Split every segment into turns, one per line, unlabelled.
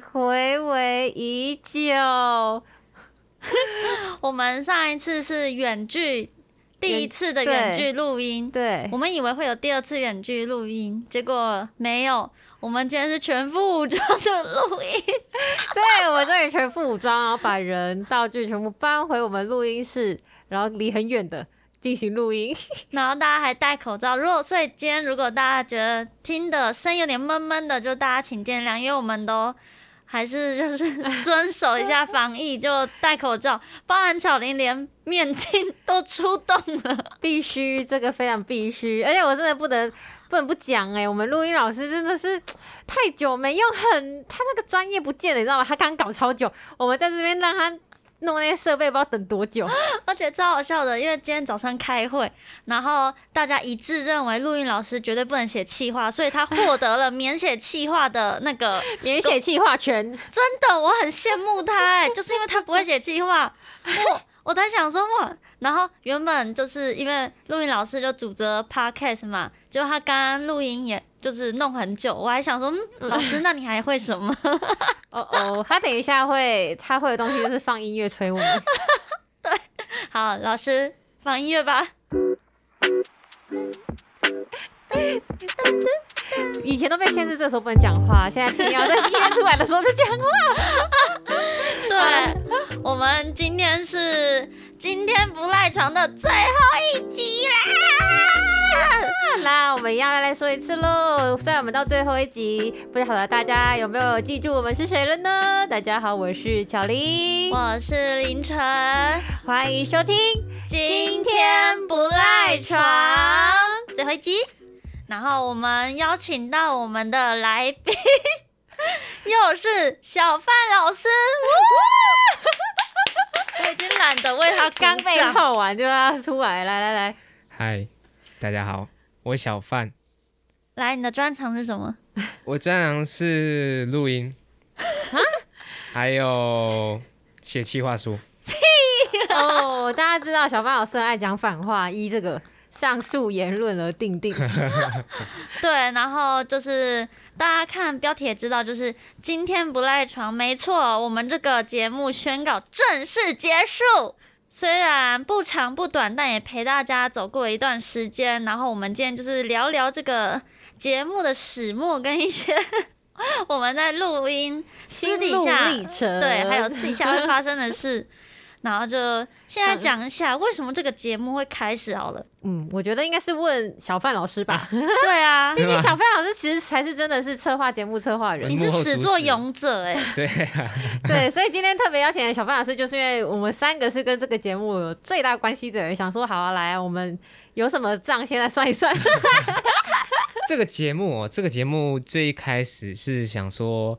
回味已久。
我们上一次是远距，第一次的远距录音，
对
我，们以为会有第二次远距录音，结果没有。我们今天是全副武装的录音，
对我这里全副武装，然后把人道具全部搬回我们录音室，然后离很远的进行录音。
然后大家还戴口罩。如果所以今天如果大家觉得听的声音有点闷闷的，就大家请见谅，因为我们都还是就是 遵守一下防疫，就戴口罩。包含巧玲连面镜都出动了，
必须，这个非常必须，而且我真的不能不能不讲哎、我们录音老师真的是太久没用很，他那个专业不见了，你知道吗？他刚搞超久，我们在这边让他弄那些设备，不知道等多久。
而且超好笑的，因为今天早上开会，然后大家一致认为录音老师绝对不能写气话，所以他获得了免写气话的那个
免写气化权，
真的，我很羡慕他哎、就是因为他不会写计划，我我在想说哇，然后原本就是因为录音老师就组织 podcast 嘛，结果他刚刚录音也就是弄很久，我还想说，嗯，老师，那你还会什么？
哦哦，他等一下会，他会的东西就是放音乐催我们。
好，老师放音乐吧。
以前都被限制，
嗯
这时候不能讲话，现在偏要在音乐出来的时候就讲话。
对，我们今天是今天不赖床的最后一集啦。
那我们一样再来说一次喽。虽然我们到最后一集，不晓得大家有没有记住我们是谁了呢？大家好，我是巧玲，
我是凌晨，
欢迎收听。
今天不赖床。最后一集。然后我们邀请到我们的来宾，又是小范老师。呜我已经懒得为他
刚
鼓
被
掌。
泡完就要出来，来来 来，
嗨，大家好，我小范，
来，你的专长是什么？
我专长是录音，还有写企划书。
哦，大家知道小范老师很爱讲反话，依这个上述言论而定 定。
对，然后就是大家看标题也知道，就是今天不赖床，没错，我们这个节目宣告正式结束。虽然不长不短，但也陪大家走过一段时间。然后我们今天就是聊聊这个节目的始末跟一些 我们在录音私
心
底
路
下
历程，
对，还有私底下会发生的事。然后就现在讲一下为什么这个节目会开始好了。
嗯，我觉得应该是问小范老师 吧。
对啊，
毕竟小范老师其实才是真的是策划节目策划人
你，是
幕后
始
主
作
使
俑者哎、
对，
对，所以今天特别邀请小范老师，就是因为我们三个是跟这个节目有最大关系的人，想说好啊，来啊，我们有什么账现在算一算。
这个节目哦，这个节目最一开始是想说，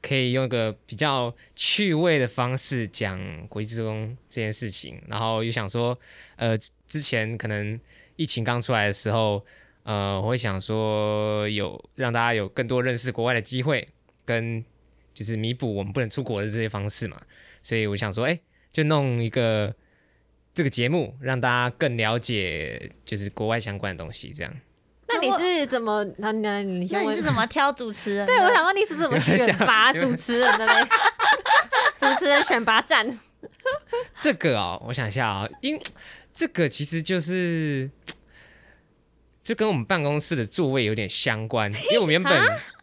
可以用一个比较趣味的方式讲国际职工这件事情，然后又想说，呃，之前可能疫情刚出来的时候，呃，我会想说有让大家有更多认识国外的机会，跟就是弥补我们不能出国的这些方式嘛，所以我想说，哎、就弄一个。这个节目让大家更了解就是国外相关的东西，这样。
那你是怎么？那那你
那
先
你
问
是。怎么挑主持人的？
对，我想问你是怎么选拔主持人的嘞？主持人选拔战，
这个哦，我想一下啊、因这个其实就是，就跟我们办公室的座位有点相关，因为我们原本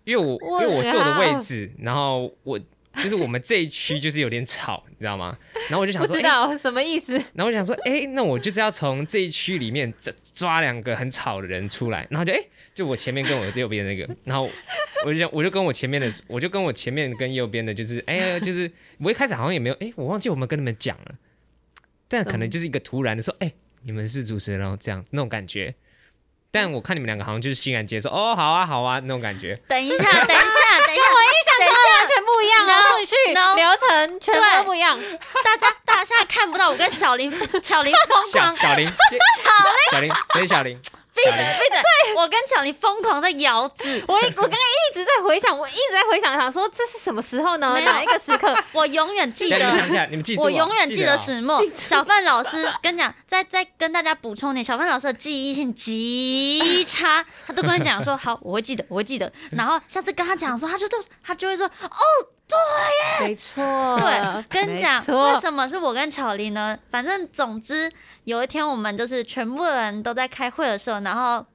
因为我因为我坐的位置，然后我就是我们这一区就是有点吵，你知道吗？然后我就想
不
说，
知
哎、
道什么意思。
然后我想说，哎、那我就是要从这一区里面抓抓两个很吵的人出来，然后就哎、就我前面跟 我右边那个，然后我就想我就跟我前面的，我就跟我前面跟右边的，就是哎、就是我一开始好像也没有，哎、我忘记我们跟你们讲了，但可能就是一个突然的说，哎、你们是主持人哦，这样那种感觉。但我看你们两个好像就是欣然接受，哦，好啊，好啊，那种感觉。
等 一下，等一下，等一下，我一想等一
完全不一样啊，
No，
顺序
no
流程全部都不一样。
下，大家大家现在看不到我跟小林小林疯
小
狂，
小林，小林，谁是小林？
闭
小
嘴
林
闭嘴，我跟小林疯狂在摇指，
我一我刚刚一直在回想，我一直在回想，想说这是什么时候呢？
没有
哪一个时刻？
我永远记
等一下你们
得
想。起来，你们记住哦、
我永远记
哦
得始末。小范老师，跟你讲，再再跟大家补充一点，小范老师的记忆性极差，他都跟我讲说好，我会记得，我会记得。然后下次跟他讲的时候，他就都他就会说哦，
没错，
对，跟你讲
嗯没，错
为什么是我跟巧玲呢？反正总之有一天我们就是全部人都在开会的时候，然后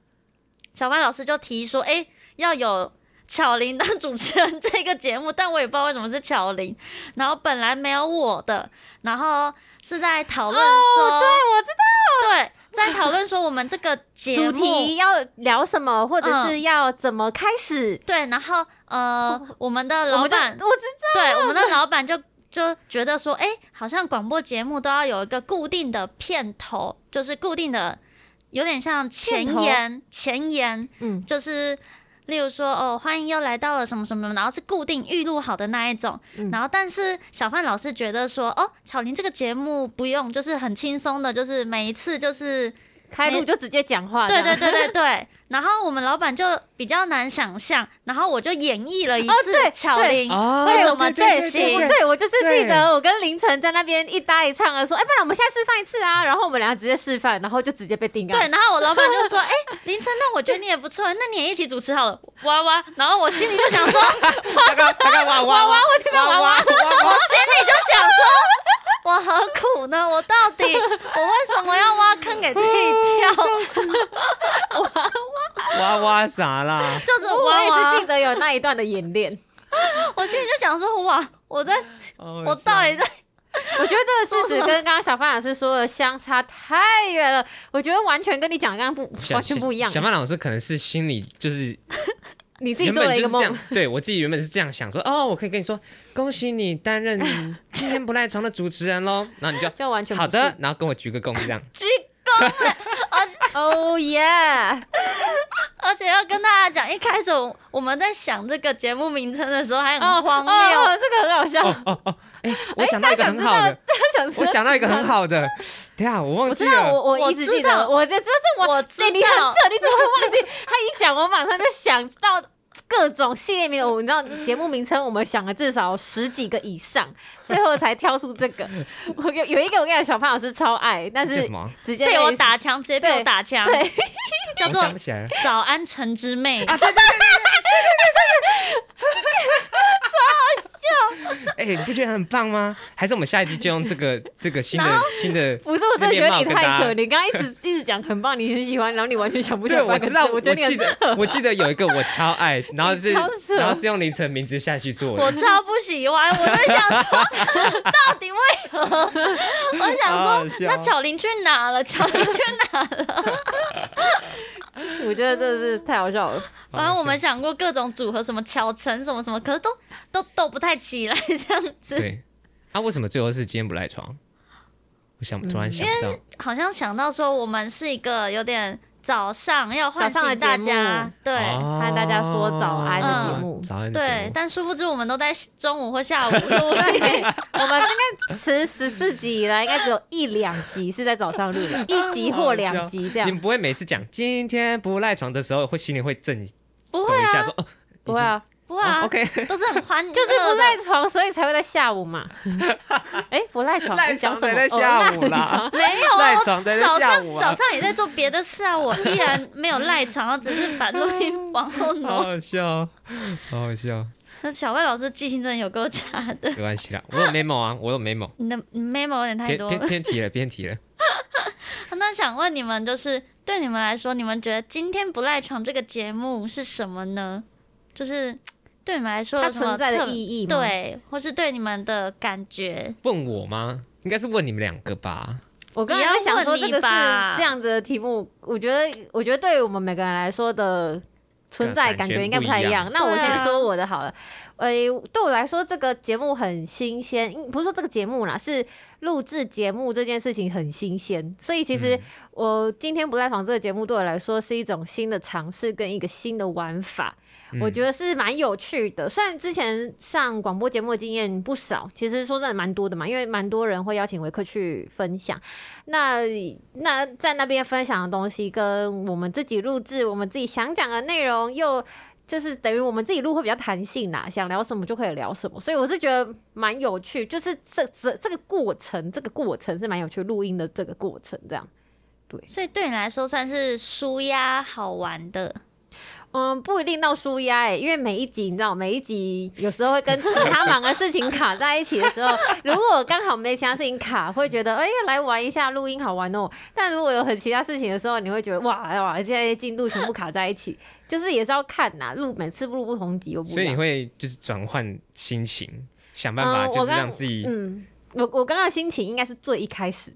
小班老师就提议说，哎、要有巧玲当主持人这个节目，但我也不知道为什么是巧玲。然后本来没有我的，然后是在讨论说，
哦对，我知道
对，在讨论说我们这个节目
主题要聊什么，或者是要怎么开始。
对，然后呃，我们的
哦我
老
们就
板
我知
对，我们的老板就就觉得说，哎、好像广播节目都要有一个固定的片头，就是固定的，有点像前
片头
言，前言
嗯，
就是。例如说，哦，欢迎又来到了什么什么，然后是固定预录好的那一种。
嗯
然后，但是小范老师觉得说，哦，巧玲这个节目不用，就是很轻松的，就是每一次就是
开路就直接讲话。
对对
这样
对对对。然后我们老板就比较难想象，然后我就演绎了一
哦
次
对
巧
对
玲
哦
会
对，
怎
我
么
就
进
对
行
我。对我就是记
对
得我跟凌晨在那边一搭一唱的说，哎，不然我们现在示范一次啊，然后我们俩直接示范，然后就直接被定
对，
案。
然后我老板就说：“哎、凌晨，那我觉得你也不错，那你也一起主持好了，哇哇。”然后我心里就想 说，我心
大概大概哇哇哇，我听到哇哇哇哇，
里就想说，我何苦呢？我到底我为什么要挖坑给自己 跳？
哇哇 啥啦？
就是
哦我
哇
也是记
哇，
得有那一段的演 练。
我心里就想说，哇，我在我
我
到底在
我觉得这个事实跟刚刚小范老师说的相差太远了，我觉得完全跟你讲刚刚不完全不一样
小。曼老师可能是心里就是
你自己
原
做
本
了
就
一个
是这
梦
样，， 对我自己原本是这样想说，哦，我可以跟你说，恭喜你 担任今天不赖床的主持人喽。然后你就
就完全不
好
是
的，然后跟我鞠个躬这 样。
鞠
哦 耶！
而且要跟大家讲，一开始我我们在想这个节目名称的时候还
哦
很荒谬，
哦，这个很好笑。
哦哦哦，哎，我想到一个很好的，
哎想说
我想到一个很，好的，等一下我忘
我
记
知道，
了。
我
我
我一直
知
记得，
道
我这这是我
我知
哎你很
道
扯，你怎么会忘记？ 他一讲，我马上就想到各种系列名，我你知道节目名称，我们想了至少十几个以上，最后才挑出这个。 我有有一个，我跟你讲，小潘老师超爱，但
叫
是
什么？
直接
被我
被
打枪，直接被我
对
打枪，
对，
叫
我
做
想不起来了。
“早安晨之妹”。
哎，你不觉得很棒吗？还是我们下一集就用 这个这个新的新的？
不是，我真的觉得你太
随
扯，你刚刚一直一直讲很棒，你很喜欢，然后你完全想不起
对，
来
我
八个
知
字。
道，
我觉得
记
你很扯。
得我记得有一个我超爱，然后是
你超扯
然后是用凌晨名字下去做
我
的。
超不喜欢，我在想说， 到底为何？我想
好好
说，
笑
那巧玲去哪了？巧玲 去哪？
我觉得真的是太好笑了。
反正我们想过各种组合，什么巧成什么什么，可是都都斗不太起来这样子。
对，啊，为什么最后是今天不赖床？我想突然想到，
好像想到说，我们是一个有点早上要唤
早上的
醒
节目
大家，对。
哦
和大家说早安的节目
嗯早安的节
对
目，，
但殊不知我们都在中午或下午录，
我们应该持十四集以来，应该只有一两集是在早上录 的，一集或两集这
你
样。
们不会每次讲今天不赖床的时候，会心里会震
不
抖
会
一下
啊，
说，哦，
不会啊，
不
已
会
经，
啊
哦，OK，
都是很欢乐的，
就是不赖床，所以才会在下午 嘛。哎，不赖床，
赖
你讲
床
什
才
么？
在
哦
下午。
赖
啦
床，
没有啊，
赖
我
床才在
早
下
上
午
早
啊，
上也在做别的事啊，我依然没有赖床，我只是把录 音往后
好
挪。
好笑，哦好嗯好笑，哦
小魏老师记性真的有够差的，
没关系啦，我有 memo 啊，我有 memo，
你的你 memo 有点太
偏
多
偏
了。
偏题了，偏题了。
那想问你们，就是对你们来说，你们觉得《今天不赖床》这个节目是什么呢？就是对你们来说
哦它
有什么
存在的
特
意义吗？，
对，或是对你们的感觉？
问我吗？应该是问你们两个吧。
我刚才在想说这个
你要问你
是
吧
这样子的题目，我觉得，我觉得对于我们每个人来说的存在
感
感
觉
觉应该不太
不一
一
样
样。那我
对啊
先说我的好了。呃，对我来说，这个节目很新鲜，嗯不是说这个节目啦，是录制节目这件事情很新鲜。所以其实
嗯
我今天不在床这个节目对我来说是一种新的尝试跟一个新的玩法。我觉
得
得是蛮有趣的。虽然之前上广播节目的经验不少，其实说真的蛮多的嘛，因为蛮多人会邀请维克去分享。那那在那边分享的东西，跟我们自己录制，我们自己想讲的内容又。就是等于我们自己录会比较弹性啦，想聊什么就可以聊什么，所以我是觉得蛮有趣，就是这这这个过程，这个过程是蛮有趣，录音的这个过程这样。
所以对你来说算是舒压好玩的，
嗯，不一定到舒压哎，因为每一集你知道，每一集有时候会跟其他忙的事情卡在一起的时候，如果刚好没其他事情卡，会觉得哎、来玩一下录音好玩哦。但如果有很其他事情的时候，你会觉得哇哇，这些进度全部卡在一起，就是也是要看呐，录每次录不同集又不一样。
所以你会就是转换心情，想办
呃
嗯
法
我
就是
刚
让自己
嗯，我我刚刚的心情应该是最一开始，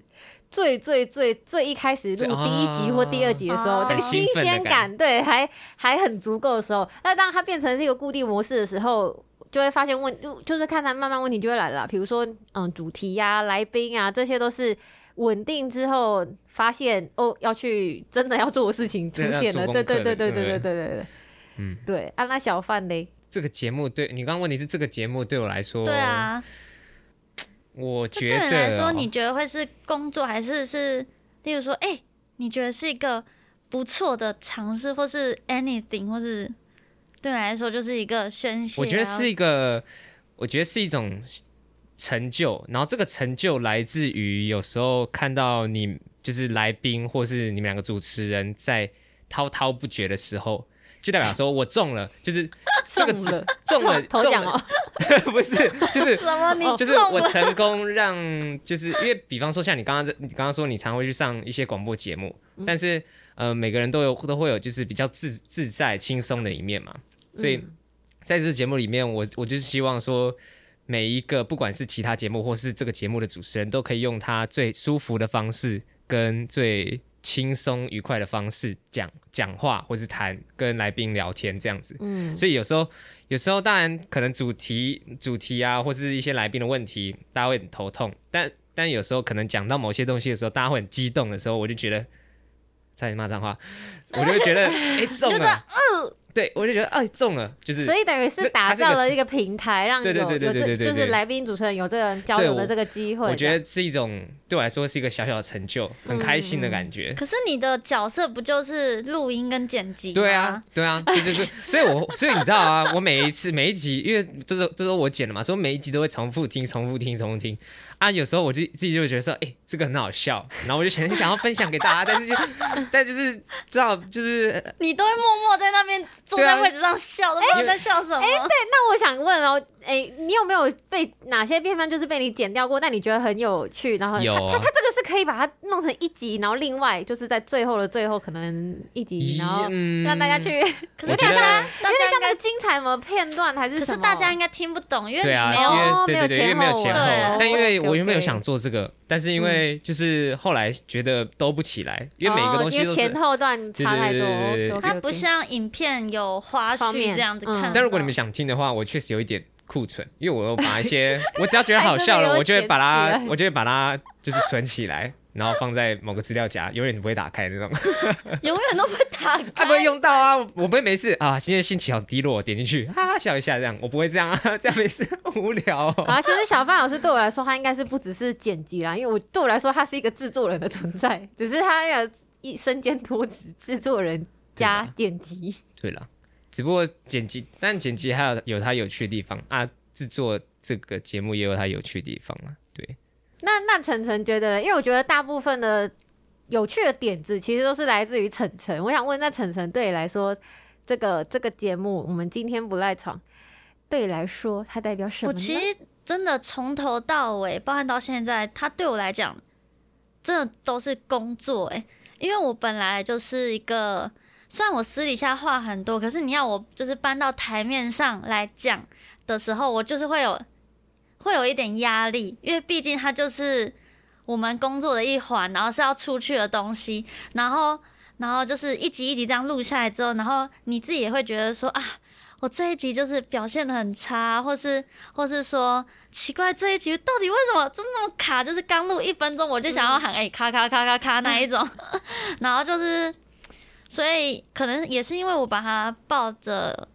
最最最最一开始
最
录第一集或第二集的时候，
哦
那个新鲜感，对，还还很足够的时候。那当它变成是一个固定模式的时候。就会发现问，就是看它慢慢问题就会来了啦。比如说，嗯，主题呀、来宾啊，这些都是稳定之后发现哦，要去真的要做的事情出
对要
现
做
了。
功
对对
课
对
的
对对
对
对对
不
对对，
嗯，
对。啊，那小范嘞，
这个节目对你刚刚问题是这个节目对我来说，
对，啊，
我
这
觉
对
得
你来说，
哦
你觉得会是工作，还是是，例如说，哎、你觉得是一个不错的尝试，或是 anything，或是对你来说就是一个宣泄啊？
我觉得是一个，我觉得是一种成就，然后这个成就来自于有时候看到你就是来宾或是你们两个主持人在滔滔不绝的时候，就代表说我中了，就是这
中
个
了
中了
头
中
奖
了
哦，
不是就是
怎么你中了？
哦就是我成功让，就是因为比方说像你刚刚在你刚刚说你常会去上一些广播节目，但是呃每个人都有都会有就是比较自自在轻松的一面嘛，所以在这节目里面，我我就是希望说每一个不管是其他节目或是这个节目的主持人，都可以用他最舒服的方式跟最轻松愉快的方式讲讲话，或是谈跟来宾聊天这样子。
嗯，
所以有时候，有时候当然可能主题、主题啊，或是一些来宾的问题，大家会很头痛。但但有时候可能讲到某些东西的时候，大家会很激动的时候，我就觉得差点骂 脏话，我就会觉得哎、中了，对我就觉得哎、中了，就是
呃所以等于是打造了一个平台，让有
对对
有
对对对
这
对对
就是
对
来宾主持人有这个交流的这个机会。
我觉得是一种对我来说是一个小小的成就，很开心的感觉。
可是你的角色不就是录音跟剪辑吗？
对啊，，对啊， 这就是，所以我，所以你知道啊，我每一次每一集，因为这是这是我剪的嘛，所以每一集都会重复听、重复听、重复听啊。有时候我就自己就会觉得说，哎、这个很好笑，然后我就想想要分享给大家，但是就但就是知道就是
你都会默默在那边坐
对啊
在位置上笑，都不知道在笑
哎
什么。
那我想问哦，哎、你有没有被哪些片段就是被你剪掉过？但你觉得很有趣，然后它
有啊
它它这个是可以把它弄成一集，然后另外就是在最后的最后可能一集，然后
嗯
让大家 去，
可
我
是
觉
大
得
家，
有
大
点
家
像那
应该
个，精彩什么片段还是
可
什
是
么
大家应该听不懂，因为
对啊，
你没
因
有
为
哦
对对对，因为
没
没
有
有
前
前
后对
后，但因为
OK，OK
我原本有想做这个，但是因为就是后来觉得兜不起来，因为每一个东
哦、
西
因为
都是
前后段差太多，
对对对对对
OK，OK，OK
它不像影片有花
方
絮
面
这样子
嗯
看到。
但如果你们想听的话，我确实有一点库存，因为我有把一 些，我只要觉得好笑了，
哎
我就会把
真的有剪起，来
它我就会把它就是存起来，然后放在某个资料夹，永远都不会打开 那种，
永远都不会打
啊，不会
开，
用到
哎
啊，我我不会没事啊，今天心情好低落，点进去哈哈笑一下这样，我不会这样 啊，这样没事，无聊、哦。
好啊，其实小范老师对我来说，他应该是不只是剪辑啦，因为我对我来说，他是一个制作人的存在，只是他要一身兼多职，制作人加
对啊吧
剪辑。
对了，只不过剪辑，但剪辑还有有它有趣的地方啊，制作这个节目也有它有趣的地方啊，对，
那那晨晨觉得，因为我觉得大部分的有趣的点子，其实都是来自于晨晨。我想问，那晨晨对你来说，这个这个节目，我们今天不赖床，对你来说，它代表什么
我
呢？
其实真的从头到尾，包含到现在，它对我来讲，真的都是工作哎、因为我本来就是一个，虽然我私底下话很多，可是你要我就是搬到台面上来讲的时候，我就是会有会有一点压力，因为毕竟它就是我们工作的一环，然后是要出去的东西，然后然后就是一集一集这样录下来之后，然后你自己也会觉得说啊。我这一集就是表现的很差，或是或是说奇怪这一集到底为什么真那么卡？就是刚录一分钟我就想要喊哎、咔咔咔咔咔那一种， 然后就是，所以可能也是因为我把它抱着，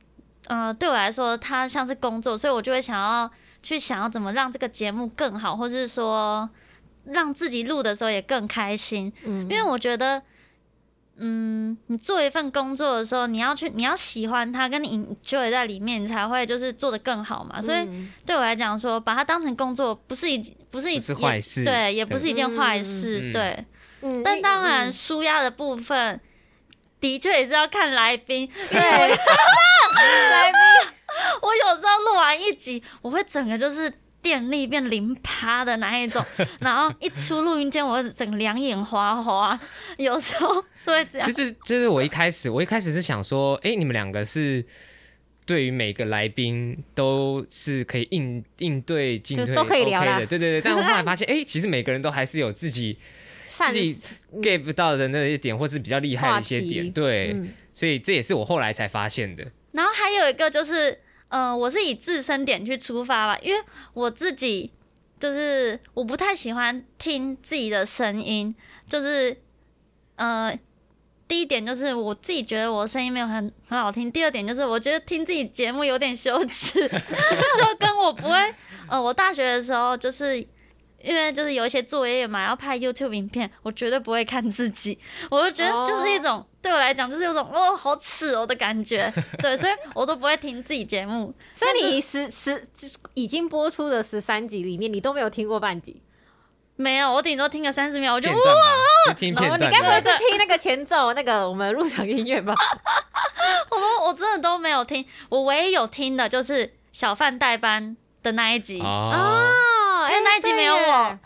呃，对我来说它像是工作，所以我就会想要去想要怎么让这个节目更好，或是说让自己录的时候也更开心。
嗯
因为我觉得，嗯，你做一份工作的时候，你要去，你要喜欢它，跟你 enjoy 在里面，你才会就是做得更好嘛。所以
嗯
对我来讲说，把它当成工作，不是一不是一
不是
也
坏事
对，也不是一件坏
嗯
事，
嗯
对。
嗯
但当然，
嗯
舒压的部分。的确也是要看来宾，
对，来宾
我有时候录完一集，我会整个就是电力变零趴的那一种，然后一出录音间，我会整个两眼花花，有时候是会这样
这。就是就是我一开始我一开始是想说，哎、你们两个是对于每个来宾都是可以应应对进
就
退
都可以聊
OK
啦
的，对对对。但我后来 发现，哎、其实每个人都还是有自己
擅
自己 get 不到的那些点，或是比较厉害的一些
嗯话题
点，对。
嗯
所以这也是我后来才发现的。
然后还有一个就是，呃，我是以自身点去出发吧，因为我自己就是我不太喜欢听自己的声音，就是呃，第一点就是我自己觉得我的声音没有很很好听，第二点就是我觉得听自己节目有点羞耻， 就跟我不会，呃，我大学的时候就是。因为就是有一些作业嘛，要拍 YouTube 影片，我绝对不会看自己，我就觉得就是一种、对我来讲就是有种哦好耻哦的感觉，对，所以我都不会听自己节目，
所以你十十就是已经播出的十三集里面，你都没有听过半集，
没有，我顶多听个三十秒，我就
片
呜
段吧，就听
然
片
后
段
你
的。
该不会是听那个前奏那个我们入场音乐吧？
我 我真的都没有听，我唯一有听的就是小范代班的那一集，
哦，
哦，
因为那一集没有我，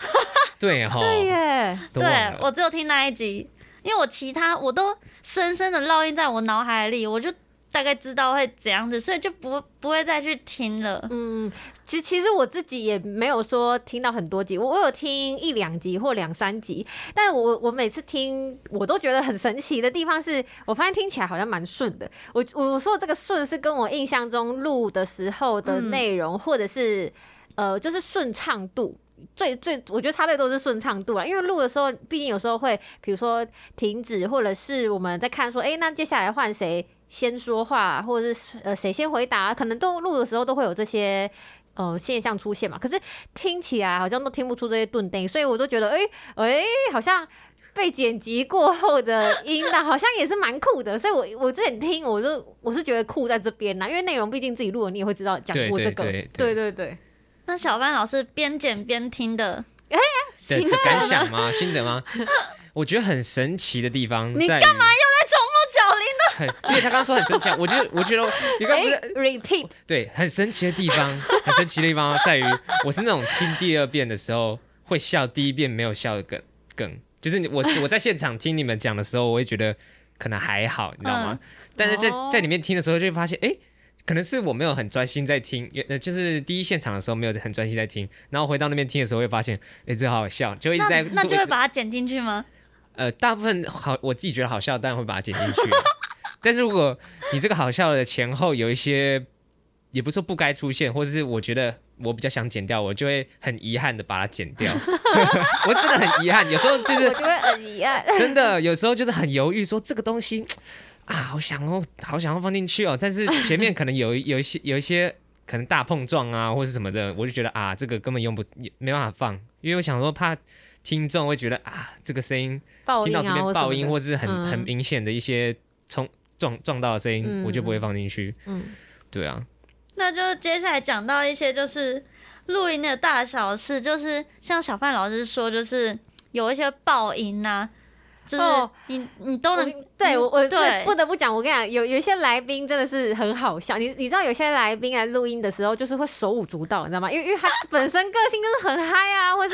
对哈，
对耶，
都忘
对
了
我只有听那一集，因为我其他我都深深的烙印在我脑海里，我就大概知道会怎样子，所以就不不会再去听了。
嗯，其其实我自己也没有说听到很多集，我我有听一两集或两三集，但我我每次听我都觉得很神奇的地方是，我发现听起来好像蛮顺的。我我说这个顺是跟我印象中录的时候的
嗯
内容，或者是呃，就是顺畅度。最最，我觉得差最多是顺畅度啦，因为录的时候，毕竟有时候会，比如说停止，或者是我们在看说，诶，那接下来换谁先说话，或者是呃谁先回答，可能都录的时候都会有这些呃现象出现嘛。可是听起来好像都听不出这些顿定，所以我都觉得，诶诶，好像被剪辑过后的音 档好像也是蛮酷的。所以我我之前听，我就我是觉得酷在这边啦，因为内容毕竟自己录了，你也会知道讲
对
过
对
这个，
对
对
对
对对。
那小范老师边剪边听的，
对的感
啊
想吗？心 得吗？我觉得很神奇的地方
你
在于，干嘛
在重复脚铃的
很，因为他刚刚说很神奇啊，我觉得，我觉得你刚
哎
刚不是、
，repeat，
对，很神奇的地方， 很神奇的地方在于，我是那种听第二遍的时候会笑，第一遍没有笑的梗梗，就是你我我在现场听你们讲的时候，我会觉得可能还好，你知道
嗯
吗？但是在
哦
在里面听的时候，就会发现，哎、可能是我没有很专心在听，呃，就是第一现场的时候没有很专心在听，然后回到那边听的时候，会发现，哎、这好好笑，就一直在
那那就
我
会把它剪进去吗？
呃，大部分好，我自己觉得好笑，当然会把它剪进去。但是如果你这个好笑的前后有一些，也不是说不该出现，或者是我觉得我比较想剪掉，我就会很遗憾的把它剪掉。我真的很遗憾，有时候就
我
是
觉得啊很遗 憾。
真的，有时候就是很犹豫，说这个东西啊，好想哦，好想要放进去哦，但是前面可能有一有一些有一些可能大碰撞啊，或是什么的，我就觉得啊，这个根本用不没办法放，因为我想说怕听众会觉得啊，这个声音。
爆音
听到这
啊，
边
或什
爆
么
音
的
或是很、很
嗯
明显的一些冲撞撞到的声音，
嗯
我就不会放进去。
嗯，
对啊，
那就接下来讲到一些就是录音的大小事，就是像小范老师说，就是有一些爆音呐、就是
哦
你、你都
我
能嗯
对我我
对
对不得不讲，我跟你讲，有有一些来宾真的是很好笑。你你知道有些来宾来录音的时候，就是会手舞足蹈，你知道吗？因为因为 他本身个性就是很嗨啊，或是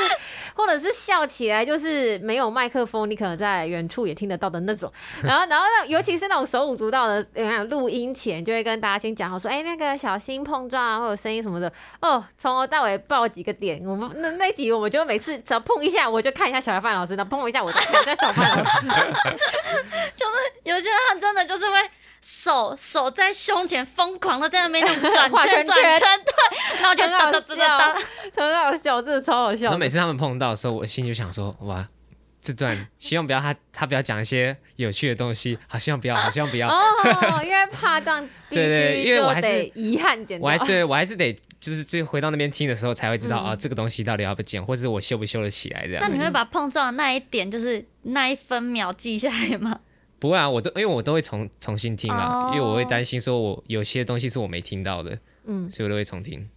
或者是笑起来就是没有麦克风，你可能在远处也听得到的那 种。然后然后那尤其是那种手舞足蹈的，嗯，录音前就会跟大家先讲好说，哎、那个小心碰撞啊，或者声音什么的。哦，从头到尾爆几个点，我们那那集我们就每次只要碰一下，我就看一下小范老师，然后碰一下我就看一下小范老师。
有些人他真的就是会手手在胸前疯狂的在那 边那种转
画
圈
圈
转
圈
圈，对，然后 就
很好
哒哒哒哒哒，
很好笑，真的超好笑的。
然后每次他们碰到的时候，我心里就想说，哇，这段希望不要他他不要讲一些有趣的东西，好，希望不要，好，希望不要。
哦，因为怕这样必
对对因
须
为我
就
还是
得遗憾剪
我
掉
还。对我还是得就是最回到那边听的时候才会知道、
嗯
啊，这个东西到底要不要剪，或是我修不修得起来这
那
样。
你会把碰撞的那一点就是那一分秒记下来吗？
不会啊，我都因为我都会重重新听啊，
哦
因为我会担心说我有些东西是我没听到的，
嗯，
所以我都会重听。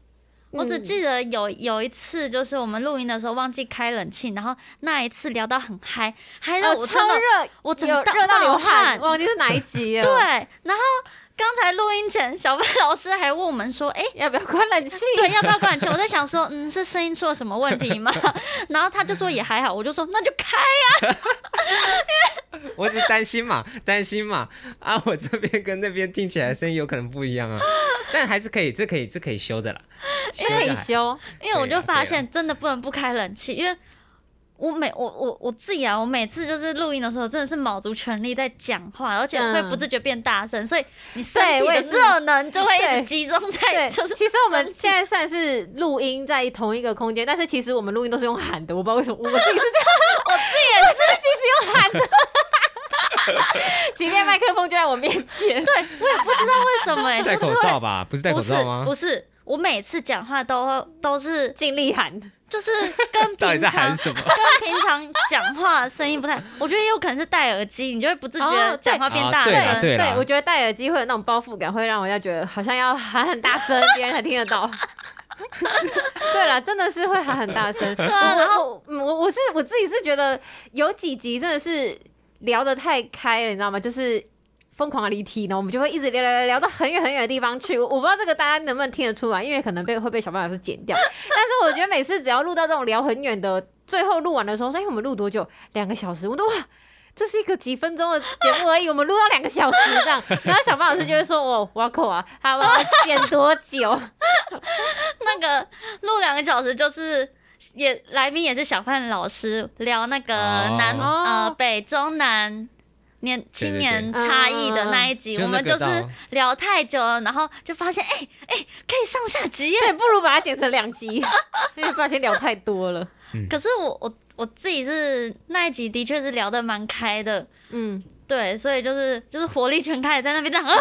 我只记得有有一次，就是我们录音的时候忘记开冷气，然后那一次聊到很嗨，嗨到
哦，
我
超
真的、
热，
我整
有
个
热到
冒
流
汗
汗，嗯忘记是哪一 集了。
对，，然后刚才录音前，小贝老师还问我们说， 哎、
要不要关冷气？
对，要不要关冷气？我在想说，嗯，是声音出了什么问题吗？ 然后他就说也还好，我就说那就开。
我只是担心嘛， 担心嘛，啊，我这边跟那边听起来声音有可能不一样啊，但还是可以，这可以，这可以修的啦，修
可以
的还
修，
因为我
对
就
啊
发
对啊
现真的不能不开冷气，因为我每我我我自己啊，我每次就是录音的时候真的是卯足全力在讲话，而且会
嗯
不自觉变大声，所以你身体
我
的
也是
热能就会一直
对
集中在
对，
就是
其实我们
身体
现在算是录音在同一个空间，但是其实我们录音都是用喊的，我不知道为什么我自己是这样， 我自己也是，就是用喊的， 即便麦克风就在我面前，
对我也不知道为 什么、欸，
戴
就是
口
会
罩吧？不是戴
不
口
是
罩吗？
不是，我每次讲话都都是
尽力喊，
就是跟
到底
平
在
常
喊什么？
跟平常讲话声音不太，我觉得也有可能是戴耳机，你就会不自觉
哦
地
对
讲话变
啊
大声。
对啦对啦
对，我觉得戴耳机会有那种包袱感，会让我要觉得好像要喊很大声，别人才听得到。 对了，真的是会喊很大声。对
啊然
后我我我是我自己是觉得有几集真的是聊得太开了，你知道吗？就是疯狂的离题，然后我们就会一直聊聊聊聊到很远很远的地方去。我我不知道这个大家能不能听得出来，因为可能被会被小办老师剪掉。但是我觉得每次只要录到这种聊很远的，最后录完的时候说：“哎、我们录多久？两个小时。”我都哇，这是一个几分钟的节目而已，我们录到两个小时这样。然后小范老师就会说：“我我要扣啊，他我要剪多久
那个录两个小时就是。也来宾也是小范老师聊那个
哦
南、呃
哦
北中南年青年
对
差异的那一集，
哦就
我
那
们
个
就是
到
聊太久了，然后就发现哎哎、可以上下集？” 耶。
对，不如把它剪成两集， 因为不然先聊太多了。
可是我我我自己是那一集的确是聊得蛮开的，
嗯，
对，所以就是就是火力全开在那边这样啊，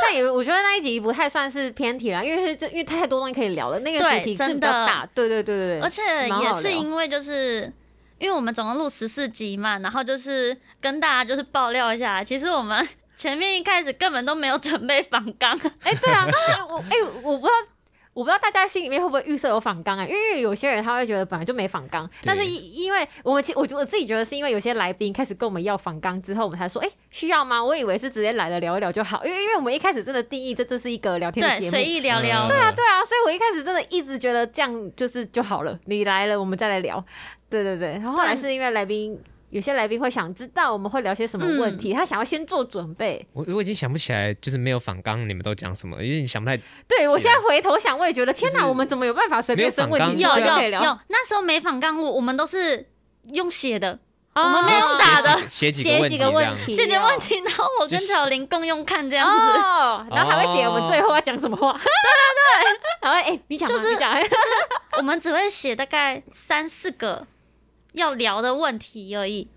但也我觉得那一集不太算是偏题啦，因为是这因为太多东西可以聊了，那个
对
主题是
真
比
的
较大，对对对对对，
而且
蛮
也
好
是
聊
因为就是因为我们总共录十四集嘛，然后就是跟大家就是爆料一下，其实我们 前面一开始根本都没有准备访纲，
哎、对啊， 对我哎、我不知道。我不知道大家心里面会不会预设有仿纲啊、因为有些人他会觉得本来就没仿纲，但是因因为我们其我我自己觉得是因为有些来宾开始跟我们要仿纲之后，我们才说哎、需要吗？我以为是直接来了聊一聊就好，因为因为我们一开始真的定义这就是一个聊天的
对，
节
随
目，
意 聊聊。
对啊
对啊，所以我一开始真的一直觉得这样就是就好了，你来了我们再来聊，对对对，然后后来
对
是因为来宾有些来宾会想知道我们会聊些什么问题，他想要先做准备，
我我已经想不起来，就是没有反纲，你们都讲什么？因为你想不太
对我
是
现
啊
在回头想，我也觉得天
就
哪，
是
我们怎么有办法随
没
便
有
生
反
问
纲
题
有
就
有
可以聊？
有，那时候没访纲，我我们都是用写的，
哦
我们 没有打的
写几
写
问
几
题
个
这
问
样。
题，
写点问题，然 后我跟
就是
小林共用看这样子，
哦，然后还会写我们最后要讲什么话。对对对， 然后哎，你讲吗
就是
你讲，
我们只会写大概三四个要聊的问题而已。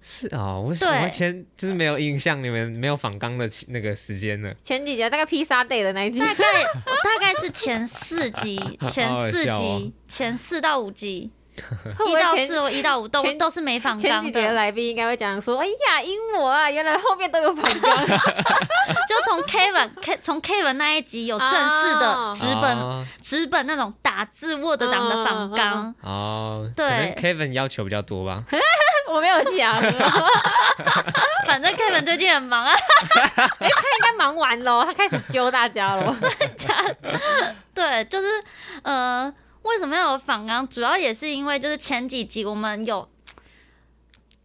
是哦，为什么
对
完全就是没有印象？你们没有反纲的那个时间呢？
前几节大概披萨 day 的那一集，
大概我大概是前四集，前
好好
四
笑哦
集，前四到五集，
会不
一到
会前
四或一到五都
前
都是没仿
前
纲
几节
的，
来宾应该会讲说，哎呀，因我啊，原来后面都有反纲，
就从 Kevin K 从 Kevin 那一集有正式的
哦
纸本
哦
纸本那种打字 Word 档的仿纲，
哦，
对
可能 Kevin 要求比较 多吧。
我没有讲，啊他
反正 Kevin 最近很忙啊，
应该忙完喽，他开始揪大家喽。
对，就是呃，为什么要有仿纲？主要也是因为就是前几集我们有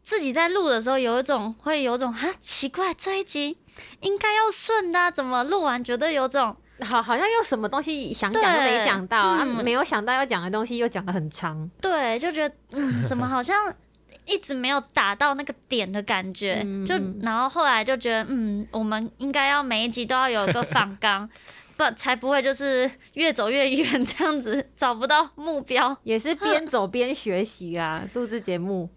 自己在录的时候，有一种会有一种啊奇怪，这一集应该要顺的啊、怎么录完觉得有种
好，好像有什么东西想讲都没
对
讲到，啊
嗯
没有想到要讲的东西又讲的很长。
对，就觉得嗯，怎么 好像一直没有打到那个点的感觉，
嗯
就
嗯
然后后来就觉得嗯，我们应该要每一集都要有一个反纲， 不才不会就是越走越远这样子找不到目标。
也是边走边学习 啊，录制节目。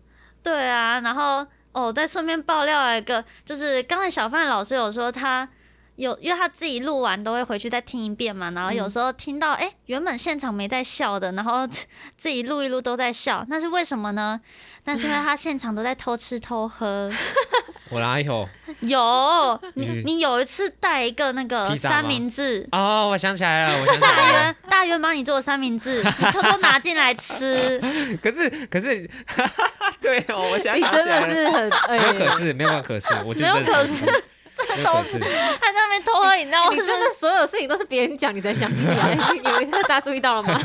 对啊，然后哦，再顺便爆料一个，就是刚才小范老师有说他有，因为他自己录完都会回去再听一遍嘛，然后
嗯
有时候听到哎、诶原本现场没在笑的，然后 自己录一录都在笑，那是为什么呢？那是因为他现场都在偷吃偷喝。
我哪有？
有你
嗯
你有一次带一个那个
披萨吗
三明治，
哦，我想起来了，我想起
大
来了
圆。大圆帮你做的三明治，你偷偷拿进来 吃，
可是可是， 对哦，我想
你
起
真
来
的是很
了。没有
哎。
可是，没有可是，我就
没有
真的
可
是，
是
没有
都
可
是
是。
还在那边偷喝饮料，我
你
真
真
的，
的所有事情都是别人讲你才想起 来，你们大家注意到了 吗？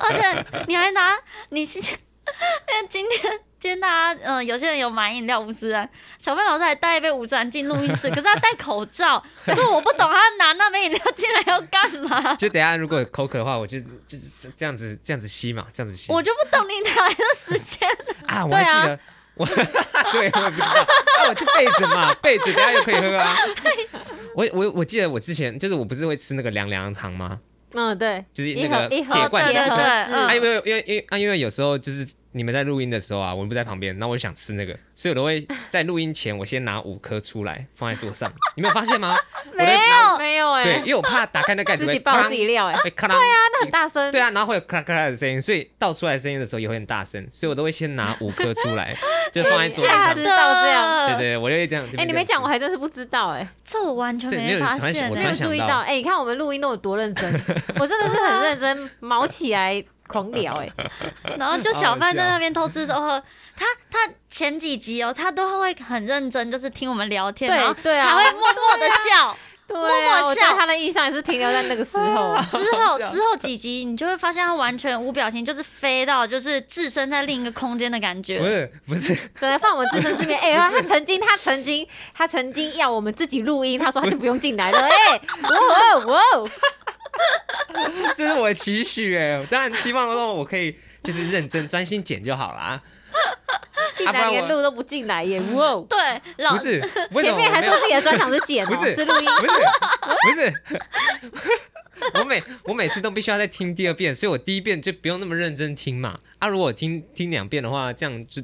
而且你还拿你是， 因为今天呃今天大家嗯、呃有些人有买饮料五十元，小贝老师还带一杯五十元进录音室，可是他戴口罩，所以我不懂他拿那杯饮料进来要干 嘛，
就等一下如果口渴的话，我就就是这样子这样子吸嘛，这样子吸。
我就不懂你哪来的时间。
啊，我
对
还
啊
记得。我 对，我也不知道，那我就备着嘛，备着，等下又可以喝啊。我我我记得我之前就是我不是会吃那个凉凉糖吗？
嗯，对，
就是
一
那
盒
个
一盒
铁罐
对
铁
对
盒
对
的。
子
嗯
啊，因为因为因为啊，因为有时候就是你们在录音的时候啊，我不在旁边，那我就想吃那个，所以我都会在录音前我先拿五颗出来放在桌上。你没有发 现吗？我在拿
哦没有哎、
对，因为我怕打开那盖子
自
会
己爆
哐
自己料哎、
会咔对啊，
那很大声，
对啊，然后会有咔啦咔啦的声音，所以倒出来的声音的时候也会很大声，所以我都会先拿五颗出 来，就放在桌
吓
上
死。到这样
对，对，我就会这样。
哎、你没讲，我还真是不知道哎、
这我完全
这没
没
有
发
突然
现
想我
没
欸，
突
有
然想
注意
到
到哎、你看我们录音都有多认 真，我真的是很认真，毛起来狂聊哎、
然后就小范在那边偷吃偷喝，他他前几集哦，他都会很认真，就是听我们聊天，然后
对对啊，
还会默默的笑。
对啊，
默
我
笑
在他的印象也是停留在那个时 候，
之后之后几集，你就会发现他完全无表情，就是飞到就是置身在另一个空间的感
不
觉。
是不是，
只能放我们自生自灭。哎、他曾经，他曾经，他曾经要我们自己录音，他说他就不用进来 了。哎、哇哇哇！
这是我的期许哎，我当然希望说我可以就是认真专心剪就好啦。
进来连录都不进来耶！哇，
对，老
不是，为什
哦前
么
面
我
还
没
说
有
自己的专场是剪、
不
哦，
是
是录音。
不是不是， 我每我每次都必须要再听第二遍，所以我第一遍就不用那么认真听嘛。啊，如果我听听两遍的话，这样就。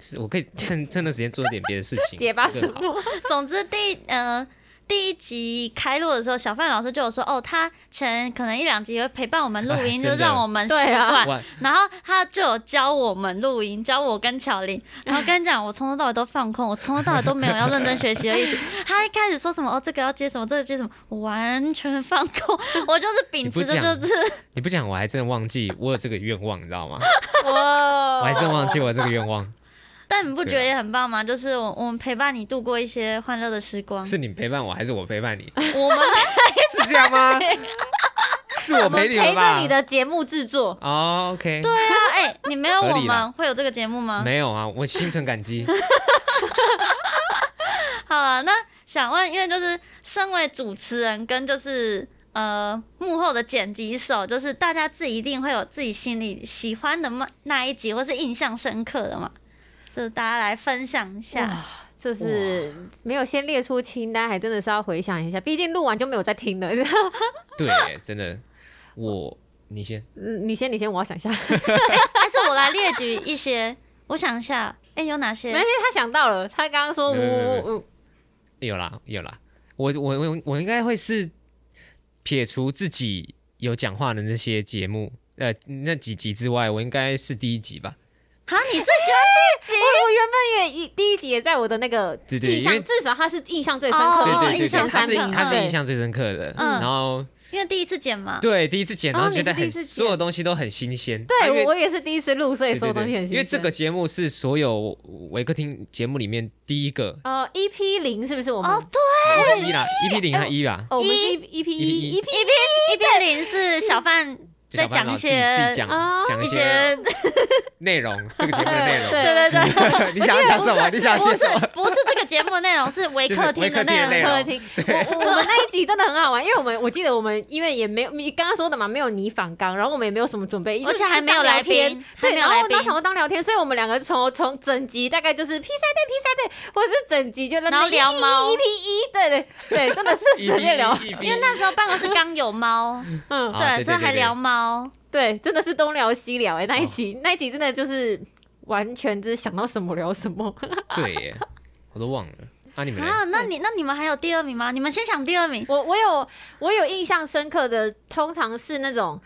是我可以趁趁那时间做一点别的事情，
结巴
更
什
好？
么？
总之第呃第一集开录的时候，小范老师就有说，哦，他前可能一两集会陪伴我们录音，
哎
就
真的
让我们习
对啊
惯。
哇，
然后他就有教我们录音，教我跟巧玲。然后跟你讲，我从头到尾都放空，我从头到尾都没有要认真学习的意思。他一开始说什么哦，这个要接什么，这个接什么，我完全放空。 我就是秉持着
你不讲
就是
你不讲我还真的忘记我有这个愿望，你知 道吗？
哇！
我还真忘记我有这个愿望，
但你不觉得
对啊
也很棒吗？就是我我们陪伴你度过一些欢乐的时
哦
光。
是你陪伴我还是我陪 伴你？
我们
是这样吗？是我
我们
陪你们
陪
吧？
着你的节目制作，
哦，OK，
对啊，哎、你没有
合理
我
啦
们会有这个节目吗？
没有啊，我心存 感激。
好了，那想问，因为就是身为主持人跟就是呃幕后的剪辑手，就是大家自己一定会有自己心里喜欢的那那一集，或是印象深刻的嘛，就是大家来分享一下。
这是没有先列出清单，还真的是要回想一下，毕竟录完就没有再听了。
对，真的，我你先，
嗯你先，你先，我要想一下。
还是我来列举一些，我想一下，哎、有哪
没关
些
系？，他想到了，他刚刚说我
没有没有没
我
有
我
有啦有啦，我我我我应该会是撇除自己有讲话的那些节目，呃，那几集之外，我应该是第一集吧。
哈，你最喜欢
我原本也一第一集也在我的那个
对对
印
因
象，
为
至少他是印象最深刻
哦
对
的，
对
印
对
象
对，他是
深刻
他是
嗯
印象最深刻的。
嗯
然
第一
后
集，因为第一次剪嘛。
对第一次剪，然
哦
后
你
觉
是
得
第一
很
次剪
所有东西都很新鲜。啊因
对
为
我我也是第一次录，所以
对
所有
对
东西
对
很，新
因为这个节目是所有维克汀节目里面第一 个
呃 EP 零是不是我们？
哦，对，
一啦，EP 零和一吧，
哦，我们 E 是
一
EP
一
一 EP
一边零是小范，
就小
再讲
班老
一
自己自己
些
讲
啊
讲
一
一些
些，
内容，这个节目的内容。
对
对对对，
你想要讲什么？你想要
不
讲
是
什么？
不是这个节目内容，是维客厅的
就是维客厅的
内
内
容
容。
客厅，我我我们那一集真的很好玩，因为我们我记得我们因为也没有你刚刚说的嘛，没有你反纲，然后我们也没有什么准备，
而
就是
且还没有
当聊
来
天
宾还
对，
没有
然后
来宾
当想说当聊天，所以我们两个从从整集大概就是披赛队披赛队，或者是整集就在那
然后聊猫
EP 一，对对对，真的 是随便
E
聊，
因为那时候办公室刚有猫，
嗯，
对，所以还聊。猫。
对，真的是东聊西聊哎、那一集、那一集真的就是完全就是想到什么聊什么，
对耶，我都忘了。啊，你们嘞？
啊，那你那你们还有第二名吗？你们先想第二名。
我我有我有印象深刻的，通常是那种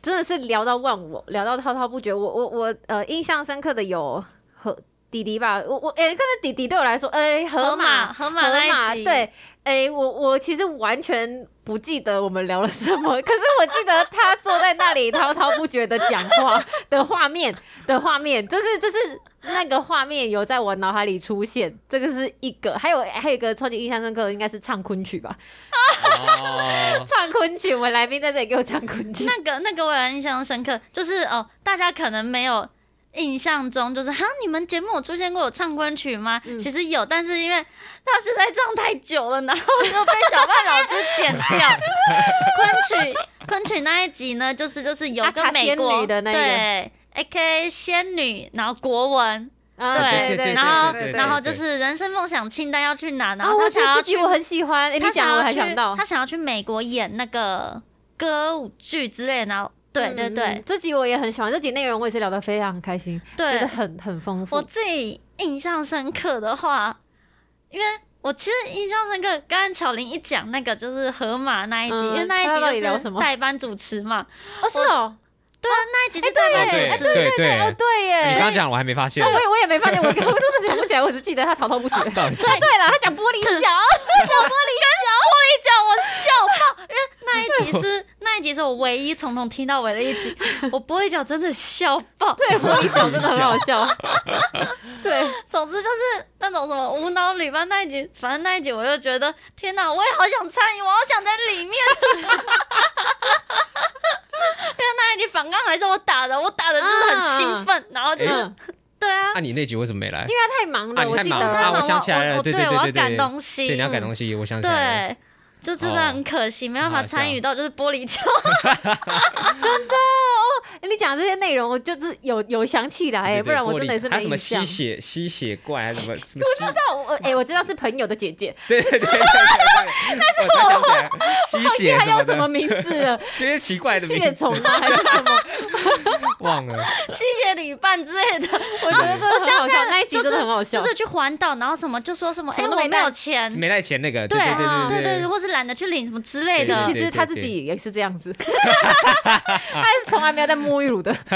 真的是聊到忘我，聊到滔滔不绝。我我我呃，印象深刻的有和弟弟吧，我我哎，但、是弟弟对我来说，哎、河马
河
河
马那
马
一集，
对，，哎、我我其实完全不记得我们聊了什么，可是我记得他坐在那里滔滔不绝的讲话的画面的画面，就是就是那个画面有在我脑海里出现，这个是一个，还有还有一个超级印象深刻的应该是唱昆曲吧。
哦，
唱昆曲，我们来宾在这里给我唱昆 曲。
那个那个我也印象深刻，就是哦，大家可能没有印象中，就是哈，你们节目有出现过有唱昆曲吗？
嗯
其实有，但是因为他实在唱太久了，然后就被小范老师剪掉。 昆曲昆曲那一集呢，就是就是有
阿卡
个美
啊仙
国
女的那一个
对。A K 仙女，然后国文，
啊
对
对
然后
对对
然后就是人生梦想清单要去哪，然
啊，
后
哦我
他
觉
想
得
要
这
去
集我很喜欢，哎你
他
讲
想
我
要
还
去，
想到，
他想要去美国演那个歌舞剧之类的，然后对
嗯
对
嗯
对
这集我也很喜欢，这集内容我也是聊得非常开心，觉得
对，
很嗯很丰富
我。自己印象深刻的话，因为我其实印象深刻，刚刚巧玲一讲那个就是河马那一集，
嗯
因为那
她到底
一集
聊
就
什
是
么
代班主持嘛，
哦，是哦，
那一集是代班
哦对
主持，
对
哦，
对，
对
你刚
耶。
刚讲我还没发现
哦，，我也我也没发现，我我真的想不起来，我只记得他滔滔 不绝。哦，
到底是
对了，他讲玻 璃脚，
叫我笑爆，因为那一集是那一集是我唯一从头听到尾的一集，我不会讲真的笑爆。对，
玻璃脚真的很好笑。对，
总之就是那种什么无脑旅伴那一集，反正那一集我就觉得天哪，我也好想参与，我好想在里面。 因为那一集反刚还是我打的，我打的就是很兴奋，然后就 是、
嗯，
对啊，
啊，你那集为什么没来
因？为他太忙
啊
了，
你
我
太
记
忙
得
了啊我想起来了
我
对对
对，
对
我要
对对
赶东西，
对，你要改
嗯
东西，我想起来了。
对，就真的很可惜，没办法
很好笑
参与到就是玻璃球。
你讲这些内容，我就是有有想起来，
对
哎
对
不然我
玻
真
璃
的是
还有
没
什么
印象
吸。血吸血怪，还 是什么什么吸？
那我哎、我知道是朋友的姐姐，
对对对对对 对，那是我想起来 吸
忘记
血
她
什
叫
么
什么
的，
名字 了，
这些奇怪的
吸
名
血
字
虫吗？还是什么？
忘了。
吸血旅伴之类的，
我觉得真的
我
很
想
好
起来
笑，
了
那一集真的很好笑。
就是去环岛，然后什么就说什么，
什
哎、
么都
我
没
没有
带
钱，
没带钱那个，对
对
啊
对
对对，或是懒得去领什么之类
对
的
其
对。
实她自己也是这样子， 她是从来没有在沐浴乳的。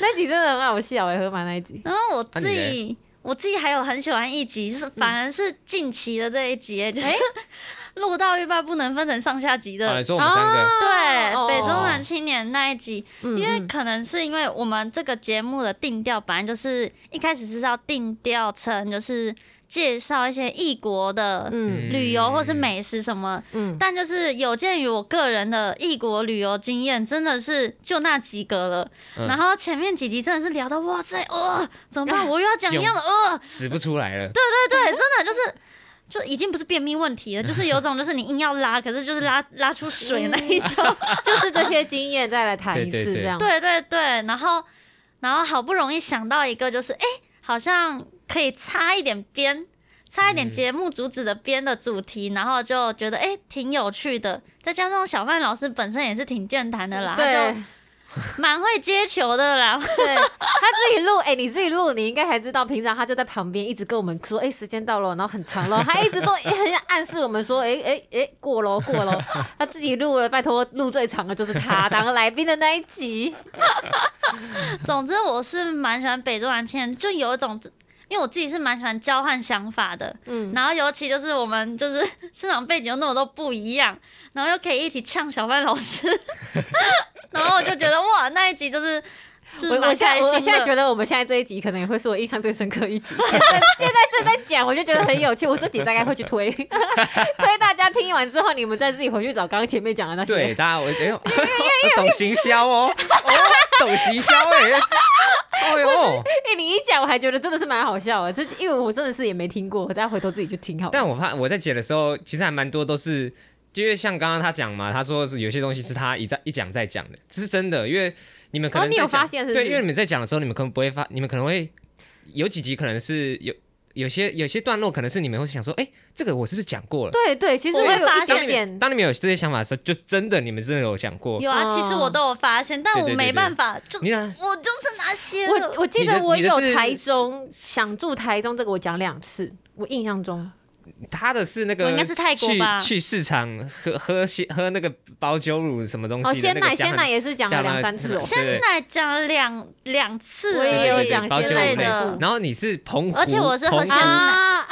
那一集真的很好笑哎、河马那一嗯集。
然后我
啊
自
你嘞
己、我自己还有很喜欢一集，是反而是近期的这一集，就是
哎
录到欲罢不能分成上下集
好，
的
你。说我们三个，
对，
哦嗯
北中南青年那一集，
因
因为可能是因为我们这个节目的定调，本来就是一开始是要定调成就是介绍一些异国的
嗯
旅游或是美食什么
嗯
但就是有鉴于我个人的异国旅游经验，真的是就那几个了。
嗯
然后前面几集真的是聊到哇塞，哦，怎么办？我又要讲一样的，哦，
使不出来了。
对对对，真的就是。就已经不是便秘问题了，就是有种就是你硬要拉，可是就是拉拉出水那一种。
就是这些经验再来谈一
对
次
对对
这样。
对对对，然后然后好不容易想到一个，就是哎、诶好像可以擦一点边，擦一点
嗯
节目主旨的边的主题，然后就觉得哎、诶挺有趣的。再加上小范老师本身也是挺健谈的啦，他
对
就蛮会接球的啦。
对，他自己录，哎、你自己录，你应该还知道，平常他就在旁边一直跟我们说，哎、时间到了，然后很长了，他一直 都也很想暗示我们说，哎哎哎，过喽过喽，他自己录了，拜托，录最长的就是他当来宾的那一 集，
总之我是蛮喜欢北中南青年，就有一种。因为我自己是蛮喜欢交换想法的，
嗯，
然后尤其就是我们就是 市场背景又那么多不一样，然后又可以一起呛小范老师， 然后我就觉得哇，那一集就是就是
我我
蛮
现在
开心
我
的。
我现在觉得我们现在这一集可能也会是我印象最深刻一 集，现在现在正在讲，我就觉得很有趣，我自己大概会去推， 推大家听完之后，你们再自己回去找刚刚前面讲的那些，
对，大 家我哎呦， 懂行销哦，哦，懂行销 哎，哎呦，
哎、你一讲我还觉得真的是蛮好笑的，这因为我真的是也没听过，我再回头自己去听好了。
但我发我在剪的时候，其实还蛮多都是。因为像刚刚他讲嘛，他说是有些东西是他一再一讲再讲的，这是真的。因为你们可能
哦你有
在讲
发现是不是
对，因为你们在讲的时候，你们可能不会发，你们可能会有几集可能是有有些有些段落可能是你们会想说，哎、这个我是不是讲过了？
对对，其实
我
我
会
有
发
一
现
点点，
当你们有这些想法的时候，就真的你们真的有讲过。
有啊，
哦
其实我都有发现，但
对
我
对对
没
对
办法，就
你看，
我就是那些了
我我记
你的
得我
你的
有
是
台中想住台中这个我讲两次，我印象中
他的是那个
哦
我应该是泰国吧
去去市场喝喝些喝那个包酒乳什么东
哦
西的
鲜
那
奶
个加
鲜
很
奶也是讲了
加了
两三次哦
对，
现在讲了两两次而
我
已，
也有讲
包
之
酒
类
乳
的
然后你是澎湖，
而且我是喝
澎湖
鲜奶
啊啊啊！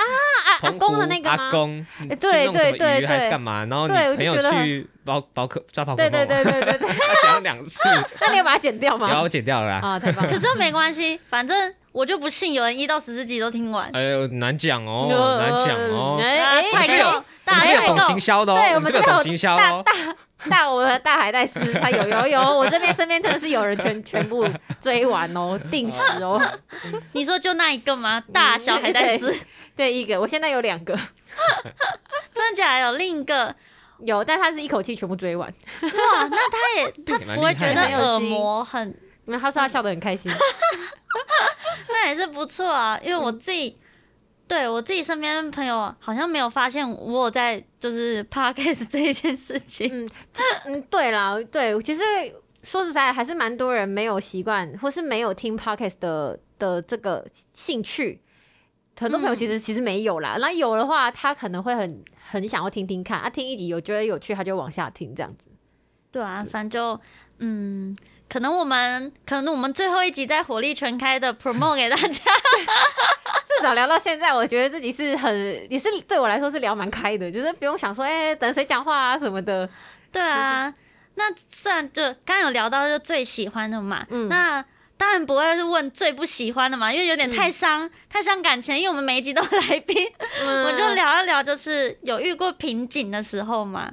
阿
澎湖
公的那个
阿
吗？
公，嗯
哎
去
对
弄什么
对对
鱼还
对
是干嘛？然后你
对我就
朋友
觉得很
去宝宝可抓宝可
对
梦，
对 对对对对，
他讲了 两次，
那你有把它剪掉
然后
吗
我？剪掉了啦。
啊，太棒了！
可是没关系，反正我就不信有人一到十四集都听完。
哎呦，难讲 哦，难讲哦。
哎
大
哎
家
哎，
采购，
我
大
们
还
这
有
家
个
采
懂
购
行，销的哦，
对我
我
们
这个
这边
懂
有
行销的哦。
大我的大海带丝，他有有有，我这边身边真的是有人全全部追完哦，定时哦，
你说就那一个吗？
嗯
大小海带丝，
对一个，我现在有 两个，
真的假的？有另一个
有，但他是一口气全部追完，
哇，那他也他
也蛮
不会
厉
觉
害
得
的
耳膜很，
因为他说他笑得很开 心，
那也是不错啊。因为我自己，对我自己身边的朋友好像没有发现我有在就是 podcast 这一件事情。
嗯，对啦，对，其实说实在，还是蛮多人没有习惯，或是没有听 podcast 的的这个兴趣。很多朋友其实、其实没有啦，那有的话，他可能会很很想要听听看，啊，听一集有觉得有趣，他就往下听这 样子。
对啊，反正就嗯。可能我们可能我们最后一集再火力全开的 promote 给大家，
至少聊到现在，我觉得自己是很也是对我来说是聊蛮开的，就是不用想说，哎、等谁讲话啊什么的。
对啊，那虽然就刚刚有聊到就最喜欢的嘛，
嗯
那当然不会是问最不喜欢的嘛，因为有点太伤、
嗯
太伤感情，因为我们每一集都有来宾，
嗯
我就聊一聊，就是有遇过瓶颈的时候嘛，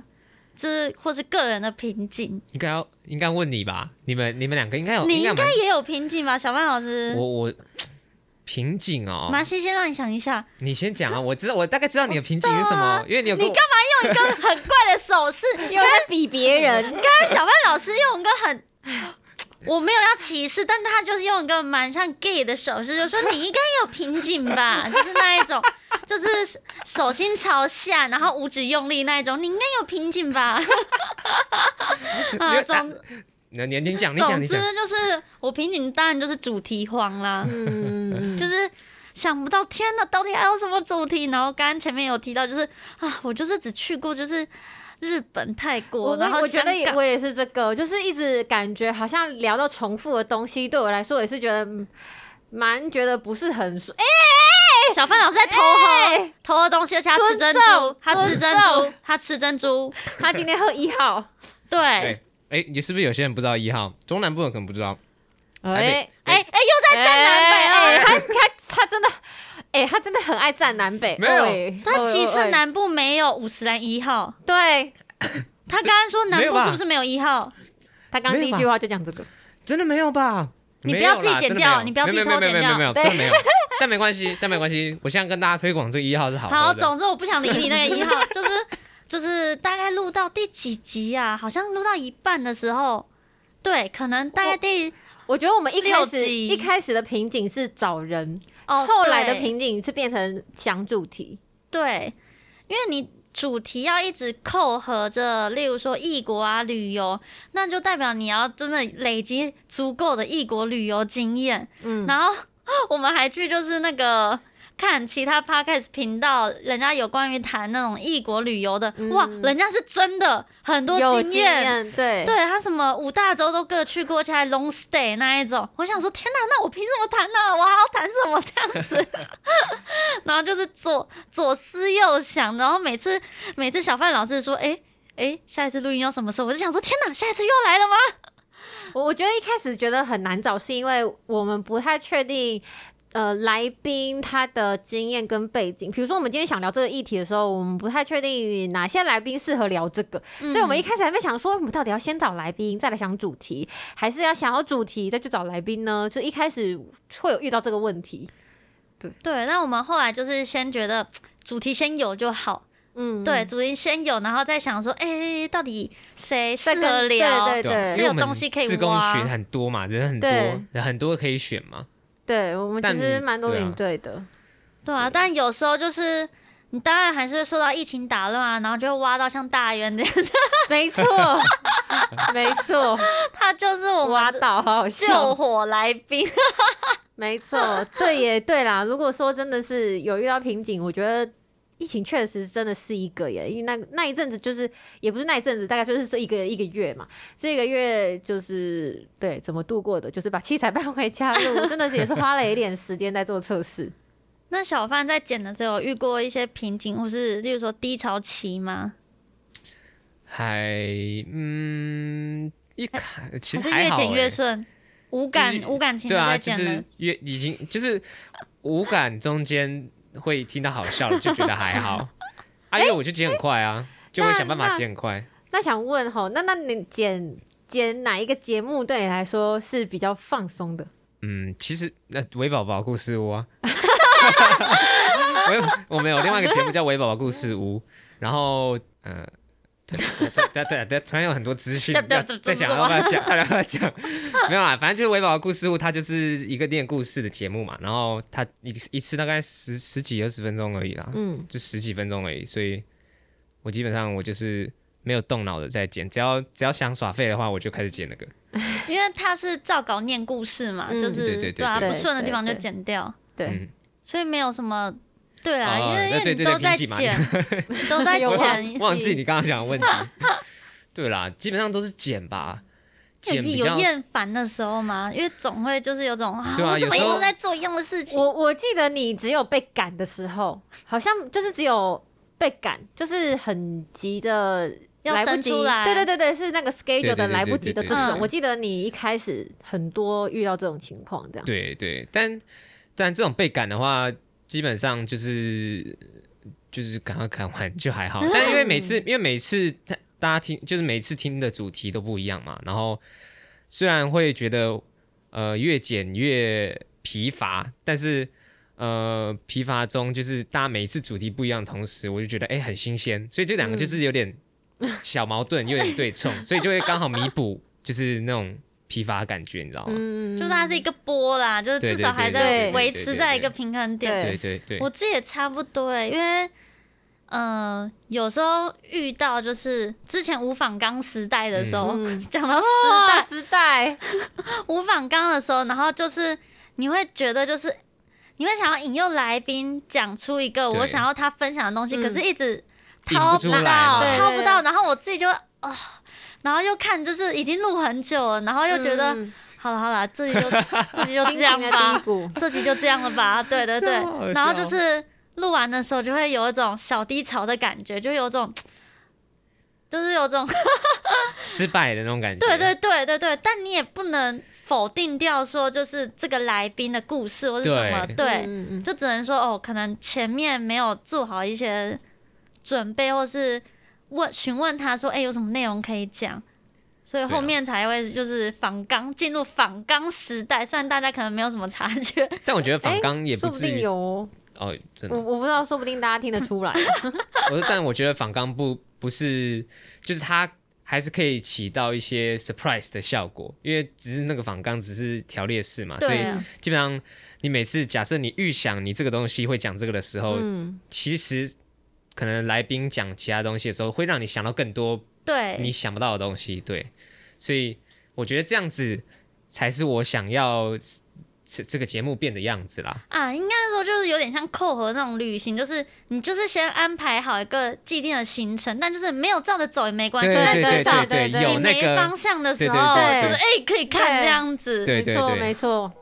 就是或是个人的瓶颈，
应该要应该问你吧，你们你们两个应该有，
你应
哦应
该
蛮
也有瓶颈吧，小曼老师
我。我瓶颈哦，
麻西先让你想一下，
你先讲啊，我知道我大概知道你的瓶颈是什么，因为你有 跟
你
我
干嘛用一个很怪的手 势？
又在比别人，
刚刚小曼老师用一个很，我没有要歧视，但他就是用一个蛮像 gay 的手势，就说你应该也有瓶颈 吧，就是那一种，就是手心朝下，然后五指用力那一种，你应该有瓶颈吧。 啊，总
你你你讲你讲
总
你
之
讲，
就是我瓶颈当然就是主题荒啦，
嗯，就
就是。想不到，天呐，到底还有什么主题？然后刚刚前面有提到，就是啊，我就是只去过就是日本、泰
我
国，
我
然后
我觉得也
香港
我也是这个，就是一直感觉好像聊到重复的东西，对我来说也是觉得嗯蛮觉得不是很舒。哎、
小范老师在
哎
偷喝、偷喝东西，而且他吃
尊
珍
重
珠，他吃珍
尊
珠，他吃珍珠，
他今天喝一号，
对
对。哎，你是不是有些人不知道一号？中南部人可能不知道，台
哎
北
哎哎，
在
又在站南北了。
哎、他他他真的，哎、他真的很爱站南北，
没有
哎
他歧
哎
视
哎
南部没有五十岚一号，
对
他刚刚说南
没有
部
吧
是不是没有一号？
他刚刚第一句话就讲这个，
真的没有吧？
你
没
不要
有
自己
啦
剪
真的
掉
没有
你不要自己
没有
偷剪
没有没有没有没有
掉
真的没有。但没关系，但没关系。我现在跟大家推广这个一号是好喝的。
好，总之我不想理你那个一号， 就是就是大概录到第几集啊？好像录到一半的时候，对，可能大概第
我觉得我们一开
六
始
集
一开始的瓶颈是找人，
哦，
后来的
对
瓶颈是变成想主题，
对，因为你主题要一直扣合着，例如说异国啊旅游，那就代表你要真的累积足够的异国旅游经验。
嗯，
然后我们还去就是那个。看其他 podcast 频道，人家有关于谈那种异国旅游的，哇，
嗯
人家是真的很多
有
经
经
验，
验，对
对他什么五大洲都各去过，而且还 long stay 那一种，我想说天哪，那我凭什么谈呢、我还要谈什么这样子？ 然后就是左左思右想，然后每次每次小范老师说，哎、哎、下一次录音要什么时候？我就想说天哪，下一次又来了吗？
我我觉得一开始觉得很难找，是因为我们不太确定。呃，来宾他的经验跟背景，比如说我们今天想聊这个议题的时候，我们不太确定哪些来宾适合聊这个，所以
嗯
嗯
我们一开始还没想说，我们到底要先找来宾，再来想主题，还是要想要主题再去找来宾呢？就一开始会有遇到这个问题，
对，那我们后来就是先觉得主题先有就好，
嗯，
对，，主题先有，然后再想说，哎、到底谁适
再跟
合聊？
对
对啊，
对
因为我
是有
们
东西可以
自工
挖
群很多嘛，人很多
对，
人很多可以选嘛。
对我们
但
其实蛮多
对啊
领队的，
对啊，但有时候就是你当然还是受到疫情打乱啊，然后就会挖到像大渊这样，
没 错，没错，
他就是我
挖
们的
到，好好
救
笑。
火来宾。
没错，对耶，对啦。如果说真的是有遇到瓶颈，我觉得疫情确实真的是一个耶，因为那那一阵子就是也不是那一阵子，大概就是这一个一个月嘛，这个月就是对怎么度过的，就是把器材搬回家录，真的是也是花了一点时间在做测试。
那小范在剪的时候有遇过一些瓶颈，或是例如说低潮期吗？
还嗯，一开其
还
实
是
还
越
好、
剪越
欸，
顺，无感
就是
无感情
对
的
啊，
在
就
剪的
是？越已经就是无感中间会听到好笑的就觉得还好，啊，因为我就剪很快啊，就会想办
那
法
那
剪很快。
那想问吼，那那你剪剪哪一个节目对你来说是比较放松的？
嗯，其实那韦宝宝故事屋啊，我我们有另外一个节目叫韦宝宝故事屋，然后呃，对对对对对，突然有很多资讯要在想要不要讲，要不要讲？没有啊，反正就是韦宝宝故事屋，它就是一个念故事的节目嘛，然后它一一次大概十十几二十分钟而已啦，
嗯，
就十几分钟而已，所以我基本上我就是没有动脑的在剪，只要只要想耍废的话，我就开始剪那个。
因为他是照稿念故事嘛，
嗯
就是
对对对
啊，
对
不顺的地方就
对对
剪掉，
对，
嗯
所以没有什么对啦，
哦
因为因
对对
为你
对
都在
瓶颈嘛
剪， 你都在
有啊
我
剪，
忘记你刚刚讲的问题。 对啦，基本上都是剪吧，
有
剪比较
有厌烦的时候吗？因为总会就是有种啊，
对啊
我怎么一
有时候
直在做一样的事情？
我我记得你只有被赶的时候，好像就是只有被赶，就是很急着
要
来不
生
及
出来
对对对对，是那个 schedule 的
对对对
来不及的
对
这
对
对
种。
嗯
我记得你一开始很多遇到这种情况，这样。
对对，但但这种被赶的话，基本上就是就是赶快赶完就还好。但因为每次因为每次他大家听就是每次听的主题都不一样嘛，然后虽然会觉得呃越剪越疲乏，但是呃疲乏中就是大家每一次主题不一样，同时我就觉得哎、很新鲜，所以这两个就是有点小矛盾，有点对冲，所以就会刚好弥补就是那种疲乏的感觉，你知道吗？
嗯
就是它是一个波啦，就是
对
至
对
少还
对
对
在
对
维
对
持
对
在一
对
个平衡点。
对对对，
我自己也差不多哎、因为呃，有时候遇到就是之前无仿钢时代的时候，
嗯
讲到时
大
代
时代，
无仿钢的时候，然后就是你会觉得就是你会想要引诱来宾讲出一个我
对
想要他分享的东西，
嗯
可是一直
引不
掏
出
到，
来嘛
对
掏
对
不
对
到，然后我自己就会哦。然后又看，就是已经录很久了，然后又觉得、
嗯
好了好了，自己 就自己就
心
这
情
样
的
吧
低，谷，
这集就这样了吧？对对对
真好笑，
然后就是录完的时候就会有一种小低潮的感觉，就有种，就是有种，
失败的那种感觉。
对对对对对，但你也不能否定掉说就是这个来宾的故事或是什么，
对
对，
嗯嗯嗯
就只能说哦，可能前面没有做好一些准备，或是问询问他说，哎，有什么内容可以讲。所以
对啊
后面才会就是仿钢进入仿钢时代，虽然大家可能没有什么察觉，
但我觉得仿钢也
说
不
不
至
定
于
有哦，
哦，真的
我，我不知道，说不定大家听得 出来。
我说但我觉得仿钢不不是，就是它还是可以起到一些 surprise 的效果，因为只是那个仿钢只是条列式嘛，所以
对啊
基本上你每次假设你预想你这个东西会讲这个的时候，
嗯，
其实可能来宾讲其他东西的时候，会让你想到更多
对，
你想不到的东西，对，所以我觉得这样子才是我想要这这个节目变的样子啦。
啊，应该说就是有点像扣合那种旅行，就是你就是先安排好一个既定的行程，但就是没有照着走也没关系，
对
但
对
至
对
少
对
对对
对，
对
你
有那
没
个
方向的时候，
对
对对
就是哎、可以看
对
这样子。
对
没
对
错
对
没错，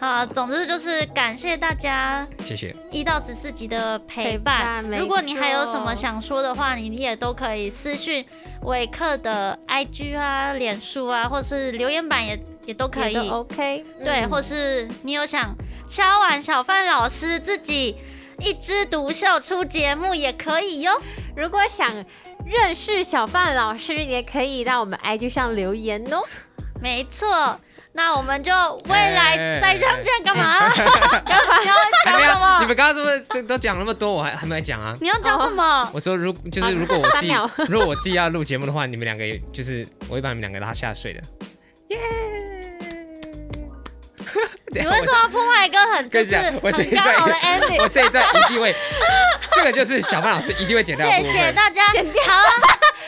好，总之就是感谢大家
谢谢。
一到十四集的陪
陪
伴。
伴没
如果你还有什么
错
想说的话，你也都可以私讯维克的 IG 啊、脸书啊，或是留言板也也都可以。
也都 OK，
对，
嗯
或是你有想敲碗小范老师自己一枝独秀出节目也可以哟。
如果想认识小范老师，也可以到我们 IG 上留言哦。
没错，那我们就未来
哎
再相见干 嘛？
哎
讲
没有
什么
你们刚刚是不是都都讲那么多，我还还没讲啊？
你要讲什么？
我说如
啊
就是如果我自己如果我自己要录节目的话，你们两个也就是我会把你们两个拉下水的。耶！
你为什么要破坏一个很
跟
就
你
是
讲我这
很
一
刚
段
好的
我
ending？
这一段一定会，这个就是小范老师一定会剪掉的
谢
部
谢
分。
大家，
剪掉
好啊，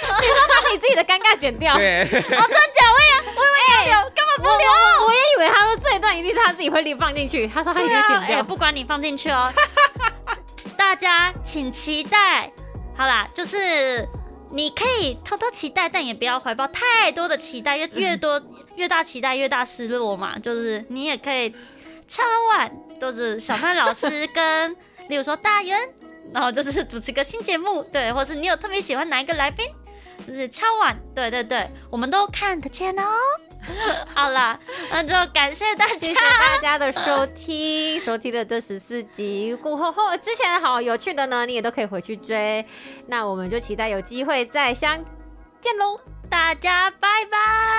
把你自己的尴尬剪掉。
对，
我真讲，我也我也
哎
没有留，干嘛不
我
留？
我我也以为他说这一段一定是他自己会立放进去，他说他一
对
定会
啊，
剪
哎、
掉。
不管你放进去哦， 大家请期待。好啦，就是你可以偷偷期待，但也不要怀抱太多的期待，越越多
嗯
越大期待越大失落嘛。就是你也可以敲碗，都是小范老师跟，例如说大圆，然后就是主持个新节目，对，或是你有特别喜欢哪一个来宾，就是敲碗，对对对，我们都看得见哦。好啦，那就感谢大家
谢谢。大家的收听，收听的这十四集过后后之前好有趣的呢，你也都可以回去追。那我们就期待有机会再相见喽。
大家拜拜。